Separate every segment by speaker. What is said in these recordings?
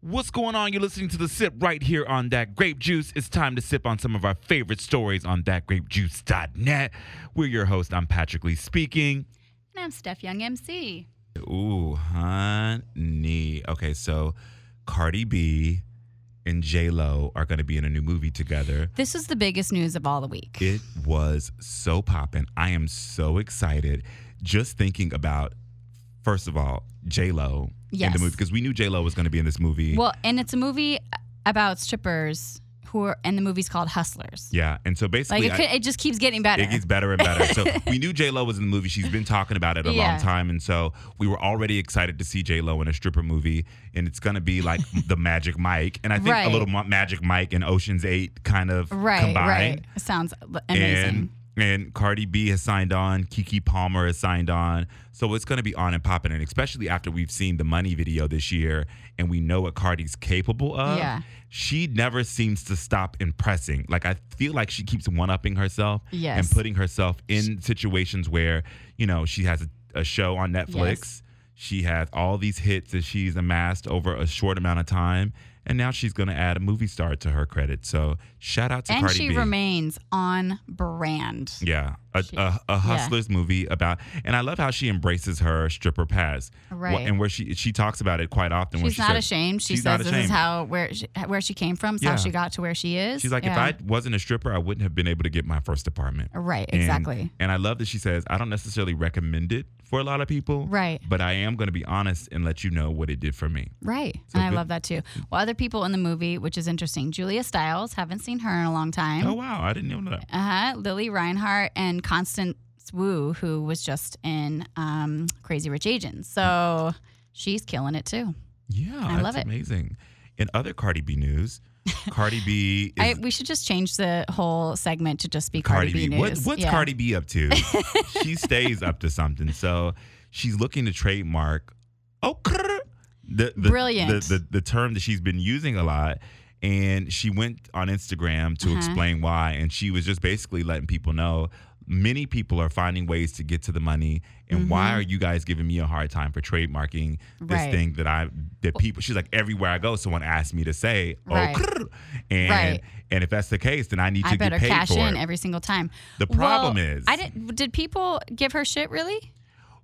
Speaker 1: What's going on? You're listening to The Sip right here on That Grape Juice. It's time to sip on some of our favorite stories on thatgrapejuice.net. We're your host. I'm Patrick Lee speaking.
Speaker 2: And I'm Steph Young MC.
Speaker 1: Ooh, honey. Okay, so Cardi B and J Lo are going to be in a new movie together.
Speaker 2: This is the biggest news of all the week.
Speaker 1: It was so poppin'. I am so excited just thinking about, first of all, J Lo in
Speaker 2: Yes.
Speaker 1: the movie because we knew J Lo was going to be in this movie.
Speaker 2: well, and it's a movie about strippers who are, and the movie's called Hustlers.
Speaker 1: yeah, and so
Speaker 2: Like
Speaker 1: basically,
Speaker 2: it, could, it just keeps getting better.
Speaker 1: It gets better and better. So we knew J Lo was in the movie. She's been talking about it a
Speaker 2: Yeah.
Speaker 1: long time, and so we were already excited to see J Lo in a stripper movie. And it's gonna be like the Magic Mike, and I think a
Speaker 2: Right.
Speaker 1: little Ma- Magic Mike and Ocean's Eight kind of
Speaker 2: right,
Speaker 1: combined.
Speaker 2: right. Sounds amazing.
Speaker 1: And and Cardi B has signed on, Kiki Palmer has signed on. So it's going to be on and popping, and especially after we've seen the money video this year, and we know what Cardi's capable of.
Speaker 2: Yeah.
Speaker 1: she never seems to stop impressing. Like I feel like she keeps one upping herself
Speaker 2: Yes.
Speaker 1: and putting herself in situations where you know she has a, a show on Netflix. She has all these hits that she's amassed over a short amount of time, and now she's going to add a movie star to her credit. So shout out to
Speaker 2: and
Speaker 1: Cardi
Speaker 2: she
Speaker 1: B.
Speaker 2: remains on brand.
Speaker 1: Yeah, a,
Speaker 2: She-
Speaker 1: a, a hustler's movie about, and I love how she embraces her stripper past, Wh-
Speaker 2: Right.
Speaker 1: And where she she talks about it quite often. when
Speaker 2: She's
Speaker 1: she
Speaker 2: not
Speaker 1: says-
Speaker 2: ashamed. She
Speaker 1: she's not
Speaker 2: says this is
Speaker 1: ashamed.
Speaker 2: how where she, where she came from, it's
Speaker 1: Yeah.
Speaker 2: how she got to where she is.
Speaker 1: She's like, if I wasn't a stripper, I wouldn't have been able to get my first apartment.
Speaker 2: I right,
Speaker 1: And-
Speaker 2: exactly,
Speaker 1: And I love that she says, I don't necessarily recommend it for a lot of people,
Speaker 2: right,
Speaker 1: but I am going to be honest and let you know what it did for me.
Speaker 2: right,
Speaker 1: So
Speaker 2: and I
Speaker 1: good-
Speaker 2: love that too. Well, other people in the movie, which is interesting, Julia Stiles, haven't seen her in a long time.
Speaker 1: Oh wow, I didn't know that.
Speaker 2: Uh huh. Lily Reinhart and Constance Wu, who was just in um, Crazy Rich Asians. So she's killing it too.
Speaker 1: Yeah,
Speaker 2: I
Speaker 1: that's
Speaker 2: love it.
Speaker 1: Amazing. In other Cardi B news, Cardi B is
Speaker 2: I, we should just change the whole segment to just be Cardi,
Speaker 1: Cardi, B.
Speaker 2: news.
Speaker 1: What, what's
Speaker 2: Yeah.
Speaker 1: Cardi B up to? she stays up to something. So she's looking to trademark. Oh, crrr, the, the,
Speaker 2: Brilliant.
Speaker 1: The, the, the term that she's been using a lot. And she went on Instagram to
Speaker 2: Uh-huh.
Speaker 1: explain why. And she was just basically letting people know many people are finding ways to get to the money. And why
Speaker 2: Mhm.
Speaker 1: are you guys giving me a hard time for trademarking this
Speaker 2: Right.
Speaker 1: thing that I, that people, she's like, everywhere I go, someone asks me to say, oh,
Speaker 2: Right.
Speaker 1: crrr. And,
Speaker 2: Right.
Speaker 1: and if that's the case, then I need
Speaker 2: I
Speaker 1: to get
Speaker 2: better
Speaker 1: paid
Speaker 2: cash
Speaker 1: for
Speaker 2: in
Speaker 1: it.
Speaker 2: every single time.
Speaker 1: The problem
Speaker 2: Well,
Speaker 1: is,
Speaker 2: I didn't. Did people give her shit really?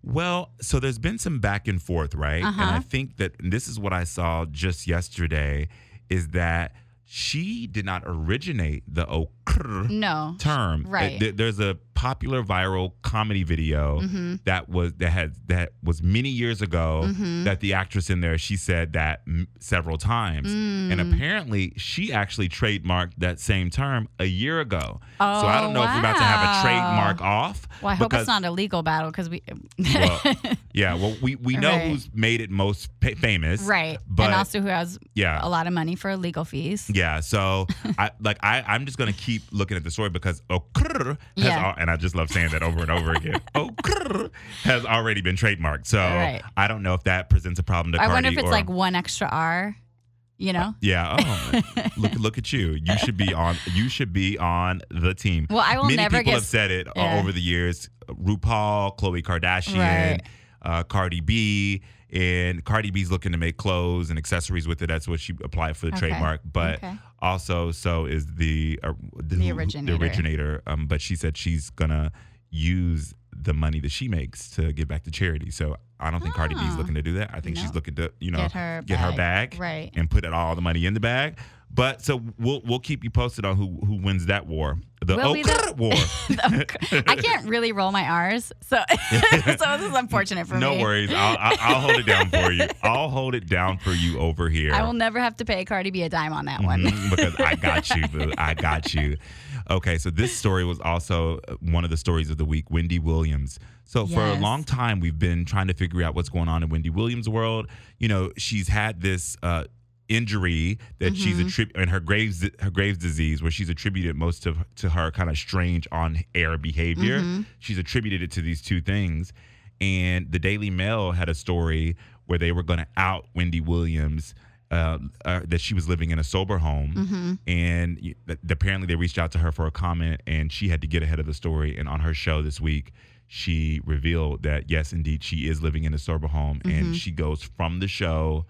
Speaker 1: well, so there's been some back and forth, right? And I
Speaker 2: Uh-huh.
Speaker 1: think that and this is what I saw just yesterday is that she did not originate the okr
Speaker 2: No.
Speaker 1: term.
Speaker 2: Mm, Right.
Speaker 1: Th- There's a popular viral comedy video
Speaker 2: Mm-hmm.
Speaker 1: that was that had that was many years ago
Speaker 2: Mm-hmm.
Speaker 1: that the actress in there she said that m- several times, and
Speaker 2: Mm.
Speaker 1: apparently she actually trademarked that same term a year ago. so I
Speaker 2: Oh,
Speaker 1: don't know if we're about to have a
Speaker 2: wow.
Speaker 1: trademark off.
Speaker 2: Well, I hope
Speaker 1: because-
Speaker 2: it's not a legal battle because we.
Speaker 1: well, yeah, well, we, we know
Speaker 2: Right.
Speaker 1: who's made it most pa- famous.
Speaker 2: right.
Speaker 1: but-
Speaker 2: and also who has
Speaker 1: Yeah.
Speaker 2: a lot of money for legal fees.
Speaker 1: Yeah. So, I like I I'm just gonna keep looking at the story because Okrr has
Speaker 2: Yeah.
Speaker 1: al- and I just love saying that over and over again. Okrr has already been trademarked, so
Speaker 2: Right.
Speaker 1: I don't know if that presents a problem to
Speaker 2: I
Speaker 1: Cardi
Speaker 2: wonder if it's
Speaker 1: or-
Speaker 2: like one extra R, you know?
Speaker 1: Yeah. Oh, look look at you. You should be on. You should be on the team.
Speaker 2: Well, I will
Speaker 1: Many
Speaker 2: never
Speaker 1: people
Speaker 2: get
Speaker 1: have said it all
Speaker 2: Yeah.
Speaker 1: over the years. RuPaul, Khloe Kardashian,
Speaker 2: Right.
Speaker 1: uh, Cardi B, and Cardi B's looking to make clothes and accessories with it. That's what she applied for the
Speaker 2: Okay.
Speaker 1: trademark. But
Speaker 2: Okay.
Speaker 1: also, so is the uh, the, who-
Speaker 2: originator.
Speaker 1: The originator. Um, but she said she's gonna use the money that she makes to give back to charity. So I don't think Cardi B's
Speaker 2: Oh.
Speaker 1: looking to do that. I think she's
Speaker 2: No.
Speaker 1: looking to you know
Speaker 2: Get her
Speaker 1: get her
Speaker 2: bag.
Speaker 1: bag
Speaker 2: Right.
Speaker 1: and put it all the money in the bag. But so we'll we'll keep you posted on who who wins that war, the
Speaker 2: Will we
Speaker 1: Okra war.
Speaker 2: I can't really roll my R's, so so this is unfortunate for
Speaker 1: no
Speaker 2: me.
Speaker 1: worries, I'll, I'll I'll hold it down for you. I'll hold it down for you over here.
Speaker 2: I will never have to pay Cardi B a dime on that one.
Speaker 1: Mhm, because I got you, boo. I got you. Okay, so this story was also one of the stories of the week. Wendy Williams. So for a
Speaker 2: Yes.
Speaker 1: long time, we've been trying to figure out what's going on in Wendy Williams' world. You know, she's had this uh, injury that she's
Speaker 2: Mm-hmm.
Speaker 1: attributed, and her Graves her Graves disease, where she's attributed most of to her kind of strange on air behavior.
Speaker 2: Mm-hmm.
Speaker 1: She's attributed it to these two things. And the Daily Mail had a story where they were going to out Wendy Williams uh, uh, that she was living in a sober home,
Speaker 2: Mm. Mm-hmm.
Speaker 1: and y- th- apparently they reached out to her for a comment, and she had to get ahead of the story. And on her show this week, she
Speaker 2: Mm-hmm.
Speaker 1: revealed that yes, indeed, she is living in a sober home, and she goes from the show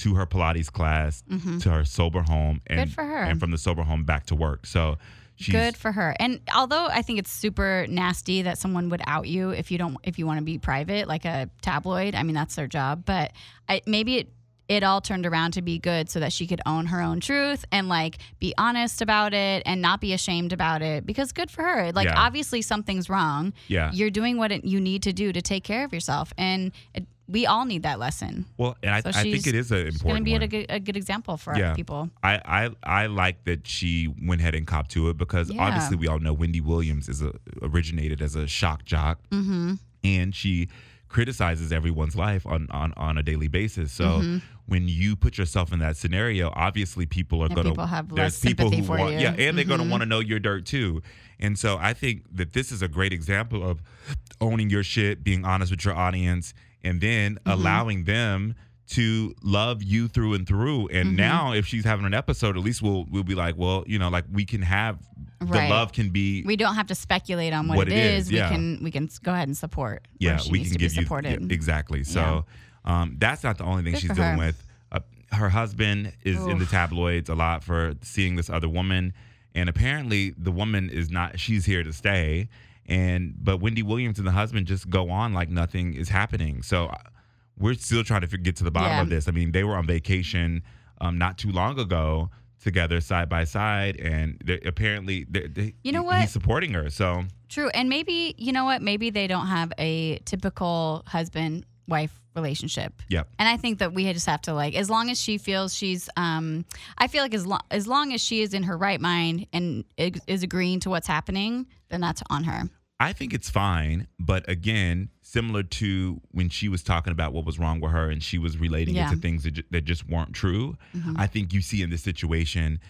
Speaker 1: to her Pilates class,
Speaker 2: Mhm.
Speaker 1: to her sober home, and
Speaker 2: Good for her.
Speaker 1: and from the sober home back to work. So she's
Speaker 2: Good for her. And although I think it's super nasty that someone would out you if you don't if you want to be private, like a tabloid. I mean, that's their job. But I, maybe it it all turned around to be good so that she could own her own truth and like be honest about it and not be ashamed about it because good for her like
Speaker 1: Yeah.
Speaker 2: obviously something's wrong
Speaker 1: yeah.
Speaker 2: you're doing what it, you need to do to take care of yourself and it, we all need that lesson
Speaker 1: Well, and I,
Speaker 2: So
Speaker 1: I think
Speaker 2: she's-
Speaker 1: it is an
Speaker 2: it's
Speaker 1: important.
Speaker 2: going to be
Speaker 1: one.
Speaker 2: a good, a good example for
Speaker 1: Yeah.
Speaker 2: other people
Speaker 1: I, I I like that she went ahead and copped to it because
Speaker 2: Yeah.
Speaker 1: obviously we all know Wendy Williams is a, originated as a shock jock
Speaker 2: mm-hmm.
Speaker 1: and she criticizes everyone's life on on, on a daily basis. So
Speaker 2: Mm-hmm.
Speaker 1: when you put yourself in that scenario, obviously people are
Speaker 2: And
Speaker 1: going to
Speaker 2: people have less sympathy for
Speaker 1: want
Speaker 2: you.
Speaker 1: yeah, and they're going to
Speaker 2: Mhm.
Speaker 1: want to know your dirt too. And so I think that this is a great example of owning your shit, being honest with your audience, and then allowing them to love you through and through. And
Speaker 2: Mhm.
Speaker 1: now if she's having an episode, at least we'll we'll be like, well, you know, like we can have
Speaker 2: Right.
Speaker 1: the love can be
Speaker 2: we don't have to speculate on what,
Speaker 1: What it
Speaker 2: it is.
Speaker 1: is,
Speaker 2: We
Speaker 1: yeah.
Speaker 2: can we can s- go ahead and support. where
Speaker 1: yeah,
Speaker 2: she
Speaker 1: we
Speaker 2: needs
Speaker 1: can
Speaker 2: to
Speaker 1: give
Speaker 2: be
Speaker 1: you
Speaker 2: supported.
Speaker 1: yeah, exactly. So um, that's not the only thing
Speaker 2: Good
Speaker 1: she's
Speaker 2: for
Speaker 1: dealing
Speaker 2: her.
Speaker 1: with. Uh, her husband is in the
Speaker 2: Oof.
Speaker 1: tabloids a lot for seeing this other woman, and apparently the woman is not. She's here to stay, and but Wendy Williams and the husband just go on like nothing is happening. So uh, we're still trying to fi- get to the bottom
Speaker 2: Yeah.
Speaker 1: of this. I mean, they were on vacation um, not too long ago together, side by side, and they apparently they they,
Speaker 2: You know
Speaker 1: he's
Speaker 2: what?
Speaker 1: supporting her. So
Speaker 2: True, and maybe you know what? Maybe they don't have a typical husband wife relationship.
Speaker 1: Yep.
Speaker 2: And I think that we just have to like, as long as she feels she's, um, I feel like as long as long as she is in her right mind and ig- is agreeing to what's happening, then that's on her.
Speaker 1: I think it's fine, but again, similar to when she was talking about what was wrong with her and she was relating
Speaker 2: Yeah.
Speaker 1: it to things that, ju- that just weren't true,
Speaker 2: Mhm.
Speaker 1: I think you see in this situation,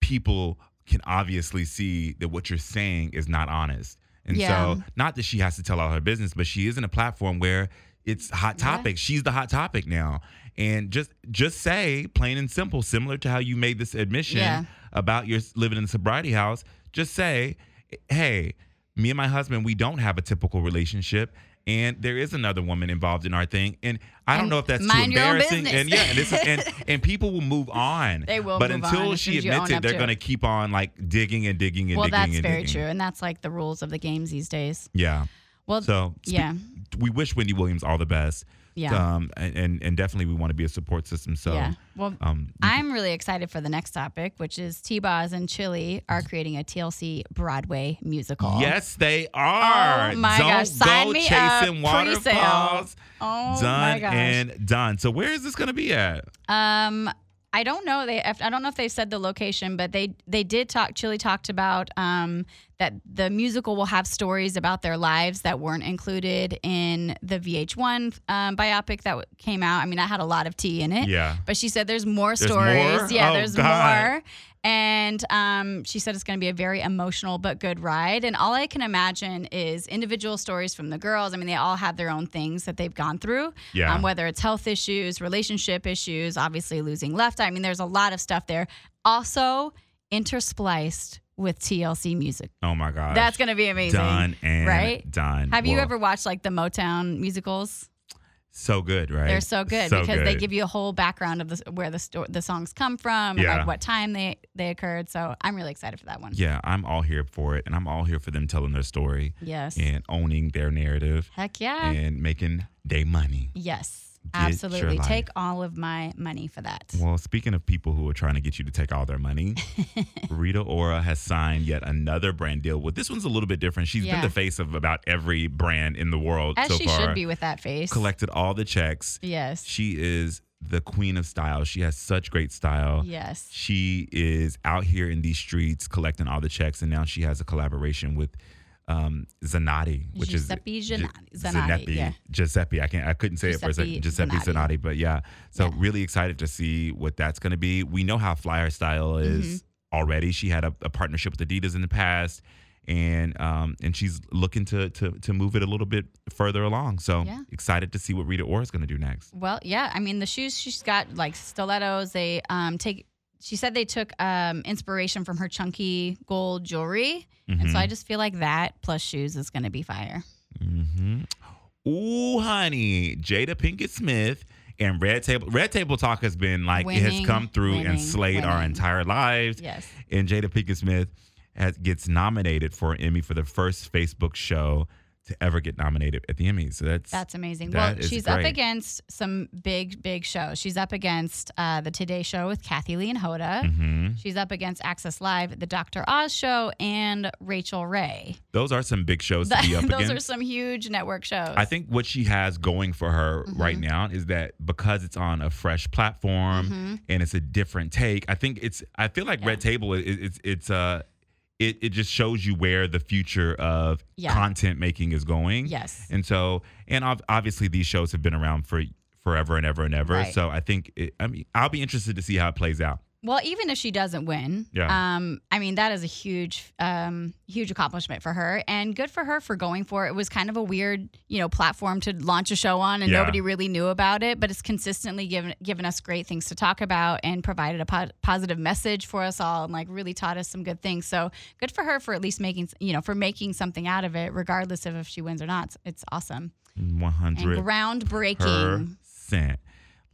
Speaker 1: people can obviously see that what you're saying is not honest. And
Speaker 2: Yeah.
Speaker 1: so, not that she has to tell all her business, but she is in a platform where it's hot
Speaker 2: Yeah.
Speaker 1: topic. She's the hot topic now. And just just say plain and simple, similar to how you made this admission
Speaker 2: Yeah.
Speaker 1: about your s- living in the sobriety house, just say, "Hey, me and my husband, we don't have a typical relationship." And there is another woman involved in our thing, and I don't
Speaker 2: And
Speaker 1: know if that's too
Speaker 2: mind your own
Speaker 1: embarrassing.
Speaker 2: business.
Speaker 1: And yeah, and, this is, and and people will move on.
Speaker 2: They will
Speaker 1: But
Speaker 2: move
Speaker 1: until
Speaker 2: on as soon
Speaker 1: she
Speaker 2: as you
Speaker 1: admits
Speaker 2: own
Speaker 1: it,
Speaker 2: up
Speaker 1: they're
Speaker 2: to it.
Speaker 1: going to keep on like digging and digging and
Speaker 2: well,
Speaker 1: digging.
Speaker 2: that's
Speaker 1: and
Speaker 2: very
Speaker 1: digging.
Speaker 2: true, and that's like the rules of the game these days.
Speaker 1: Yeah.
Speaker 2: Well,
Speaker 1: So spe-
Speaker 2: yeah,
Speaker 1: we wish Wendy Williams all the best.
Speaker 2: yeah,
Speaker 1: Um, and, and and definitely we want to be a support system. So
Speaker 2: yeah. Well,
Speaker 1: um,
Speaker 2: I'm really excited for the next topic, which is T Boz and Chili are creating a TLC Broadway musical.
Speaker 1: yes, they are.
Speaker 2: Oh my
Speaker 1: Don't
Speaker 2: gosh, sign
Speaker 1: go
Speaker 2: me
Speaker 1: chasing
Speaker 2: up. Pre-sale.
Speaker 1: waterfalls.
Speaker 2: Oh my
Speaker 1: done
Speaker 2: gosh.
Speaker 1: and done. So where is this going to be at?
Speaker 2: um, I don't know. They I don't know if they said the location, but they they did talk. Chili talked about um, that the musical will have stories about their lives that weren't included in the VH1 um, biopic that w- came out. I mean, I had a lot of tea in it.
Speaker 1: Yeah.
Speaker 2: But she said there's more
Speaker 1: There's
Speaker 2: stories.
Speaker 1: more?
Speaker 2: Yeah,
Speaker 1: Oh,
Speaker 2: there's
Speaker 1: God.
Speaker 2: more. And um, she said it's going to be a very emotional but good ride. And all I can imagine is individual stories from the girls. I mean, they all have their own things that they've gone through,
Speaker 1: Yeah.
Speaker 2: um, whether it's health issues, relationship issues, obviously losing left eye. I mean, there's a lot of stuff there. Also, interspliced with TLC music.
Speaker 1: Oh my gosh.
Speaker 2: That's going to be amazing.
Speaker 1: done and
Speaker 2: right?
Speaker 1: done.
Speaker 2: Have you
Speaker 1: Well,
Speaker 2: ever watched like the Motown musicals?
Speaker 1: So good, right?
Speaker 2: They're so good because they give you a whole background of the, where the sto- the songs come from, and
Speaker 1: Yeah.
Speaker 2: like what time they they occurred. So I'm really excited for that one.
Speaker 1: Yeah, I'm all here for it, and I'm all here for them telling their story
Speaker 2: Yes.
Speaker 1: and owning their narrative
Speaker 2: Heck yeah.
Speaker 1: and making their money.
Speaker 2: yes.
Speaker 1: Get your
Speaker 2: Absolutely.
Speaker 1: life.
Speaker 2: Take all of my money for that.
Speaker 1: Well, speaking of people who are trying to get you to take all their money, Rita Ora has signed yet another brand deal. With this one's a little bit different. She's
Speaker 2: Yeah.
Speaker 1: been the face of about every brand in the world
Speaker 2: As
Speaker 1: so
Speaker 2: she
Speaker 1: far.
Speaker 2: should be with that face.
Speaker 1: Collected all the checks.
Speaker 2: yes.
Speaker 1: She is the queen of style. She has such great style.
Speaker 2: Yes.
Speaker 1: She is out here in these streets collecting all the checks, and now she has a collaboration with um, Zanotti, which
Speaker 2: Giuseppe
Speaker 1: is
Speaker 2: Zanatti-
Speaker 1: Gi-
Speaker 2: Zanatti, yeah.
Speaker 1: Giuseppe. I can't. I couldn't say it for a second.
Speaker 2: Giuseppe
Speaker 1: Giuseppe Zanotti,
Speaker 2: Zanatti.
Speaker 1: but yeah. So
Speaker 2: Yeah.
Speaker 1: really excited to see what that's going to be. We know how flyer style
Speaker 2: Mm-hmm.
Speaker 1: is already. She had a, a partnership with Adidas in the past. And um and she's looking to to to move it a little bit further along. So
Speaker 2: Yeah.
Speaker 1: excited to see what Rita Ora is going to do next.
Speaker 2: Well, yeah. I mean, the shoes she's got like stilettos. They um take. She said they took um, inspiration from her chunky gold jewelry, and
Speaker 1: Mm-hmm.
Speaker 2: so I just feel like that plus shoes is going to be fire.
Speaker 1: Mm-hmm. Ooh, honey, Jada Pinkett Smith And Red Table Red Table Talk has been like it
Speaker 2: Winning,
Speaker 1: has come through
Speaker 2: winning,
Speaker 1: and slayed our
Speaker 2: winning.
Speaker 1: entire lives.
Speaker 2: Yes.
Speaker 1: And Jada Pinkett Smith has, gets nominated for an Emmy for the first Facebook show to ever get nominated at the Emmys. So that's
Speaker 2: That's amazing.
Speaker 1: That
Speaker 2: well,
Speaker 1: is
Speaker 2: she's up
Speaker 1: great.
Speaker 2: against some big, big shows. She's up against uh, the Today Show with Kathy Lee and Hoda.
Speaker 1: Mhm.
Speaker 2: She's up against Access Live, the Dr. Oz Show, and Rachel Ray.
Speaker 1: those are some big shows to be up
Speaker 2: Those
Speaker 1: against.
Speaker 2: are some huge network shows.
Speaker 1: I think what she has going for her
Speaker 2: Mm-hmm.
Speaker 1: right now is that because it's on a fresh platform
Speaker 2: Mm-hmm.
Speaker 1: and it's a different take. I think it's. I feel like Red Table is it's it's uh it it just shows you where the future of
Speaker 2: Yeah.
Speaker 1: content making is going.
Speaker 2: Yes.
Speaker 1: And so and ob- obviously these shows have been around for forever and ever and ever.
Speaker 2: Right.
Speaker 1: So I think it, I mean I'll be interested to see how it plays out.
Speaker 2: Well, even if she doesn't win,
Speaker 1: Yeah.
Speaker 2: um, I mean that is a huge, um, huge accomplishment for her, and good for her for going for it. It was kind of a weird, you know, platform to launch a show on, and
Speaker 1: Yeah.
Speaker 2: nobody really knew about it. But it's consistently given given us great things to talk about, and provided a po- positive message for us all, and like really taught us some good things. So good for her for at least making, you know, for making something out of it, regardless of if she wins or not. It's, it's awesome
Speaker 1: One
Speaker 2: and
Speaker 1: hundred
Speaker 2: groundbreaking.
Speaker 1: percent.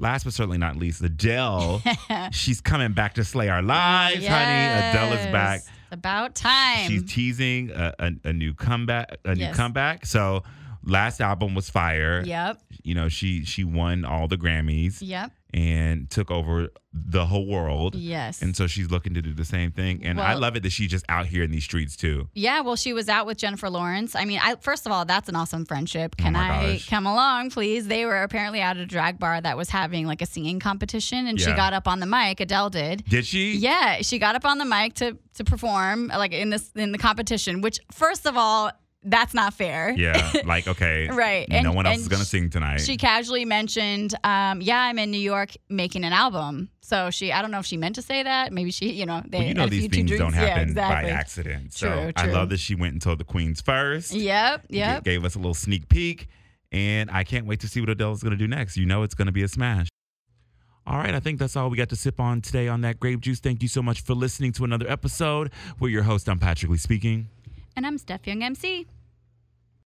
Speaker 1: Last but certainly not least, Adele. she's coming back to slay our lives, honey. Adele is back.
Speaker 2: Yes. It's about time.
Speaker 1: She's teasing a, a, a new comeback. A
Speaker 2: Yes.
Speaker 1: new comeback. So last album was fire.
Speaker 2: yep.
Speaker 1: You know she she won all the Grammys
Speaker 2: Yep.
Speaker 1: and took over the whole world.
Speaker 2: Yes.
Speaker 1: And so she's looking to do the same thing. And I
Speaker 2: Well-
Speaker 1: love it that she's just out here in these streets too.
Speaker 2: Yeah, well, she was out with Jennifer Lawrence. I mean, I, first of all, that's an awesome friendship. Can
Speaker 1: Oh my
Speaker 2: I
Speaker 1: gosh.
Speaker 2: come along, please? They were apparently out at a drag bar that was having like a singing competition, and she
Speaker 1: Yeah.
Speaker 2: got up on the mic. Adele did.
Speaker 1: Did she?
Speaker 2: Yeah, she got up on the mic to to perform like in this in the competition. Which, first of all, that's not fair.
Speaker 1: Yeah. Like okay.
Speaker 2: Right,
Speaker 1: No
Speaker 2: and-
Speaker 1: one else
Speaker 2: and
Speaker 1: is gonna
Speaker 2: sh-
Speaker 1: sing tonight.
Speaker 2: She casually mentioned, um, "Yeah, I'm in New York making an album." So she, I don't know if she meant to say that. Maybe she, you know, they
Speaker 1: well, you know
Speaker 2: had a
Speaker 1: these
Speaker 2: few too
Speaker 1: things
Speaker 2: drinks.
Speaker 1: don't
Speaker 2: yeah,
Speaker 1: happen
Speaker 2: exactly.
Speaker 1: by accident. So
Speaker 2: True,
Speaker 1: I
Speaker 2: true.
Speaker 1: love that she went and told the queens first.
Speaker 2: Yep,
Speaker 1: g-
Speaker 2: yep.
Speaker 1: Gave us a little sneak peek. And I can't wait to see what Adele's going to do next. You know it's going to be a smash. All right, I think that's all we got to sip on today on that grape juice. Thank you so much for listening to another episode. We're your host, I'm Patrick Lee speaking.
Speaker 2: And I'm Steph Young MC.